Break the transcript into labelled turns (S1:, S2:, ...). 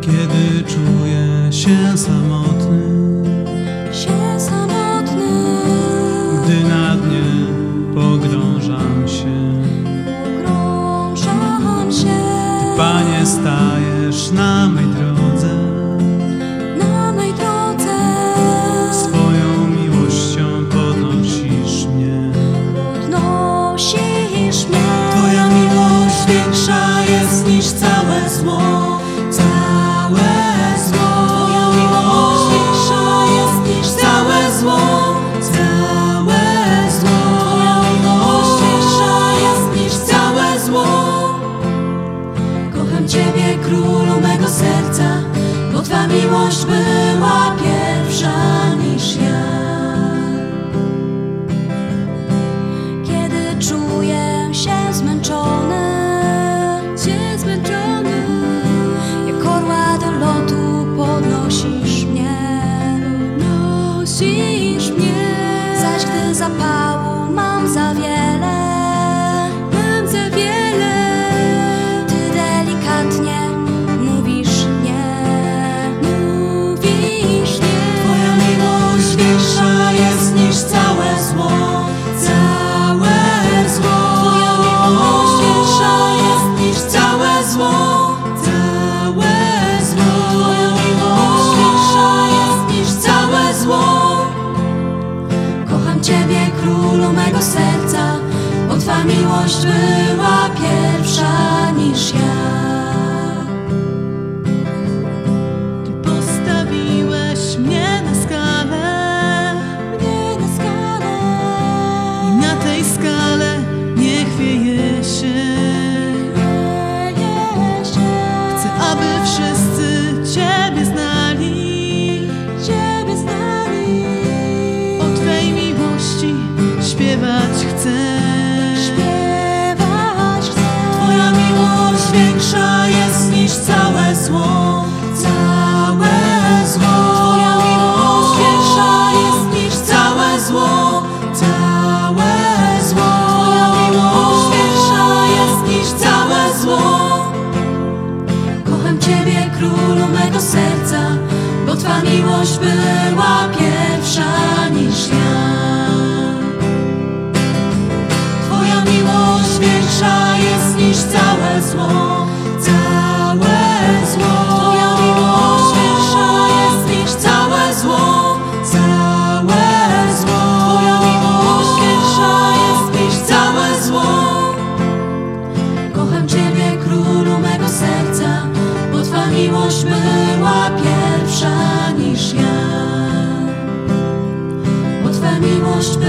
S1: kiedy czuję się samotny,
S2: się samotny,
S1: gdy na dnie pogrążam się.
S2: pogrążam się
S1: Panie, stajesz na mej drodze,
S2: na mej drodze,
S1: swoją miłością podnosisz mnie.
S2: podnosisz mnie.
S1: Twoja miłość większa jest niż całe zło, całe zło. Twoja
S2: miłość większa jest niż całe
S1: zło, całe zło. Twoja
S2: miłość większa jest niż całe
S1: zło.
S2: Kocham Ciebie, królu mego serca, bo Twa miłość była pierwsza niż ja. Kiedy czuję się zmęczony, się zmęczony, jak orła do lotu podnosisz mnie, podnosisz mnie. Zaś gdy zapału mam za wiele, mam za wiele. Ty delikatnie mówisz nie, mówisz nie.
S1: Twoja miłość większa jest niż całe zło, całe zło.
S2: Twoja miłość większa jest niż całe zło,
S1: całe zło.
S2: Twoja miłość większa jest niż całe zło. Kocham Ciebie, królu mego serca, bo Twa miłość była pierwsza niż ja.
S3: Postawiłeś mnie na skalę
S2: Mnie na skalę
S3: i na tej skale nie chwieje się.
S2: leje się,
S3: Chcę, aby wszyscy Ciebie znali.
S2: Ciebie znali.
S3: O Twej miłości śpiewać chcę.
S2: Śpiewać chcę,
S3: Twoja miłość większa jest niż całe zło.
S2: całe zło. Twoja miłość większa jest niż całe zło, całe zło. Twoja miłość większa jest niż całe zło. Kocham Ciebie, królu mego serca, bo Twa miłość była pierwsza niż ja. Twoja miłość większa jest niż całe zło, całe zło. Twoja miłość większa jest niż całe zło, całe zło. Twoja miłość większa jest niż całe zło. Kocham Ciebie, królu mego serca, bo Twa miłość była pierwsza niż ja. Bo Twa miłość była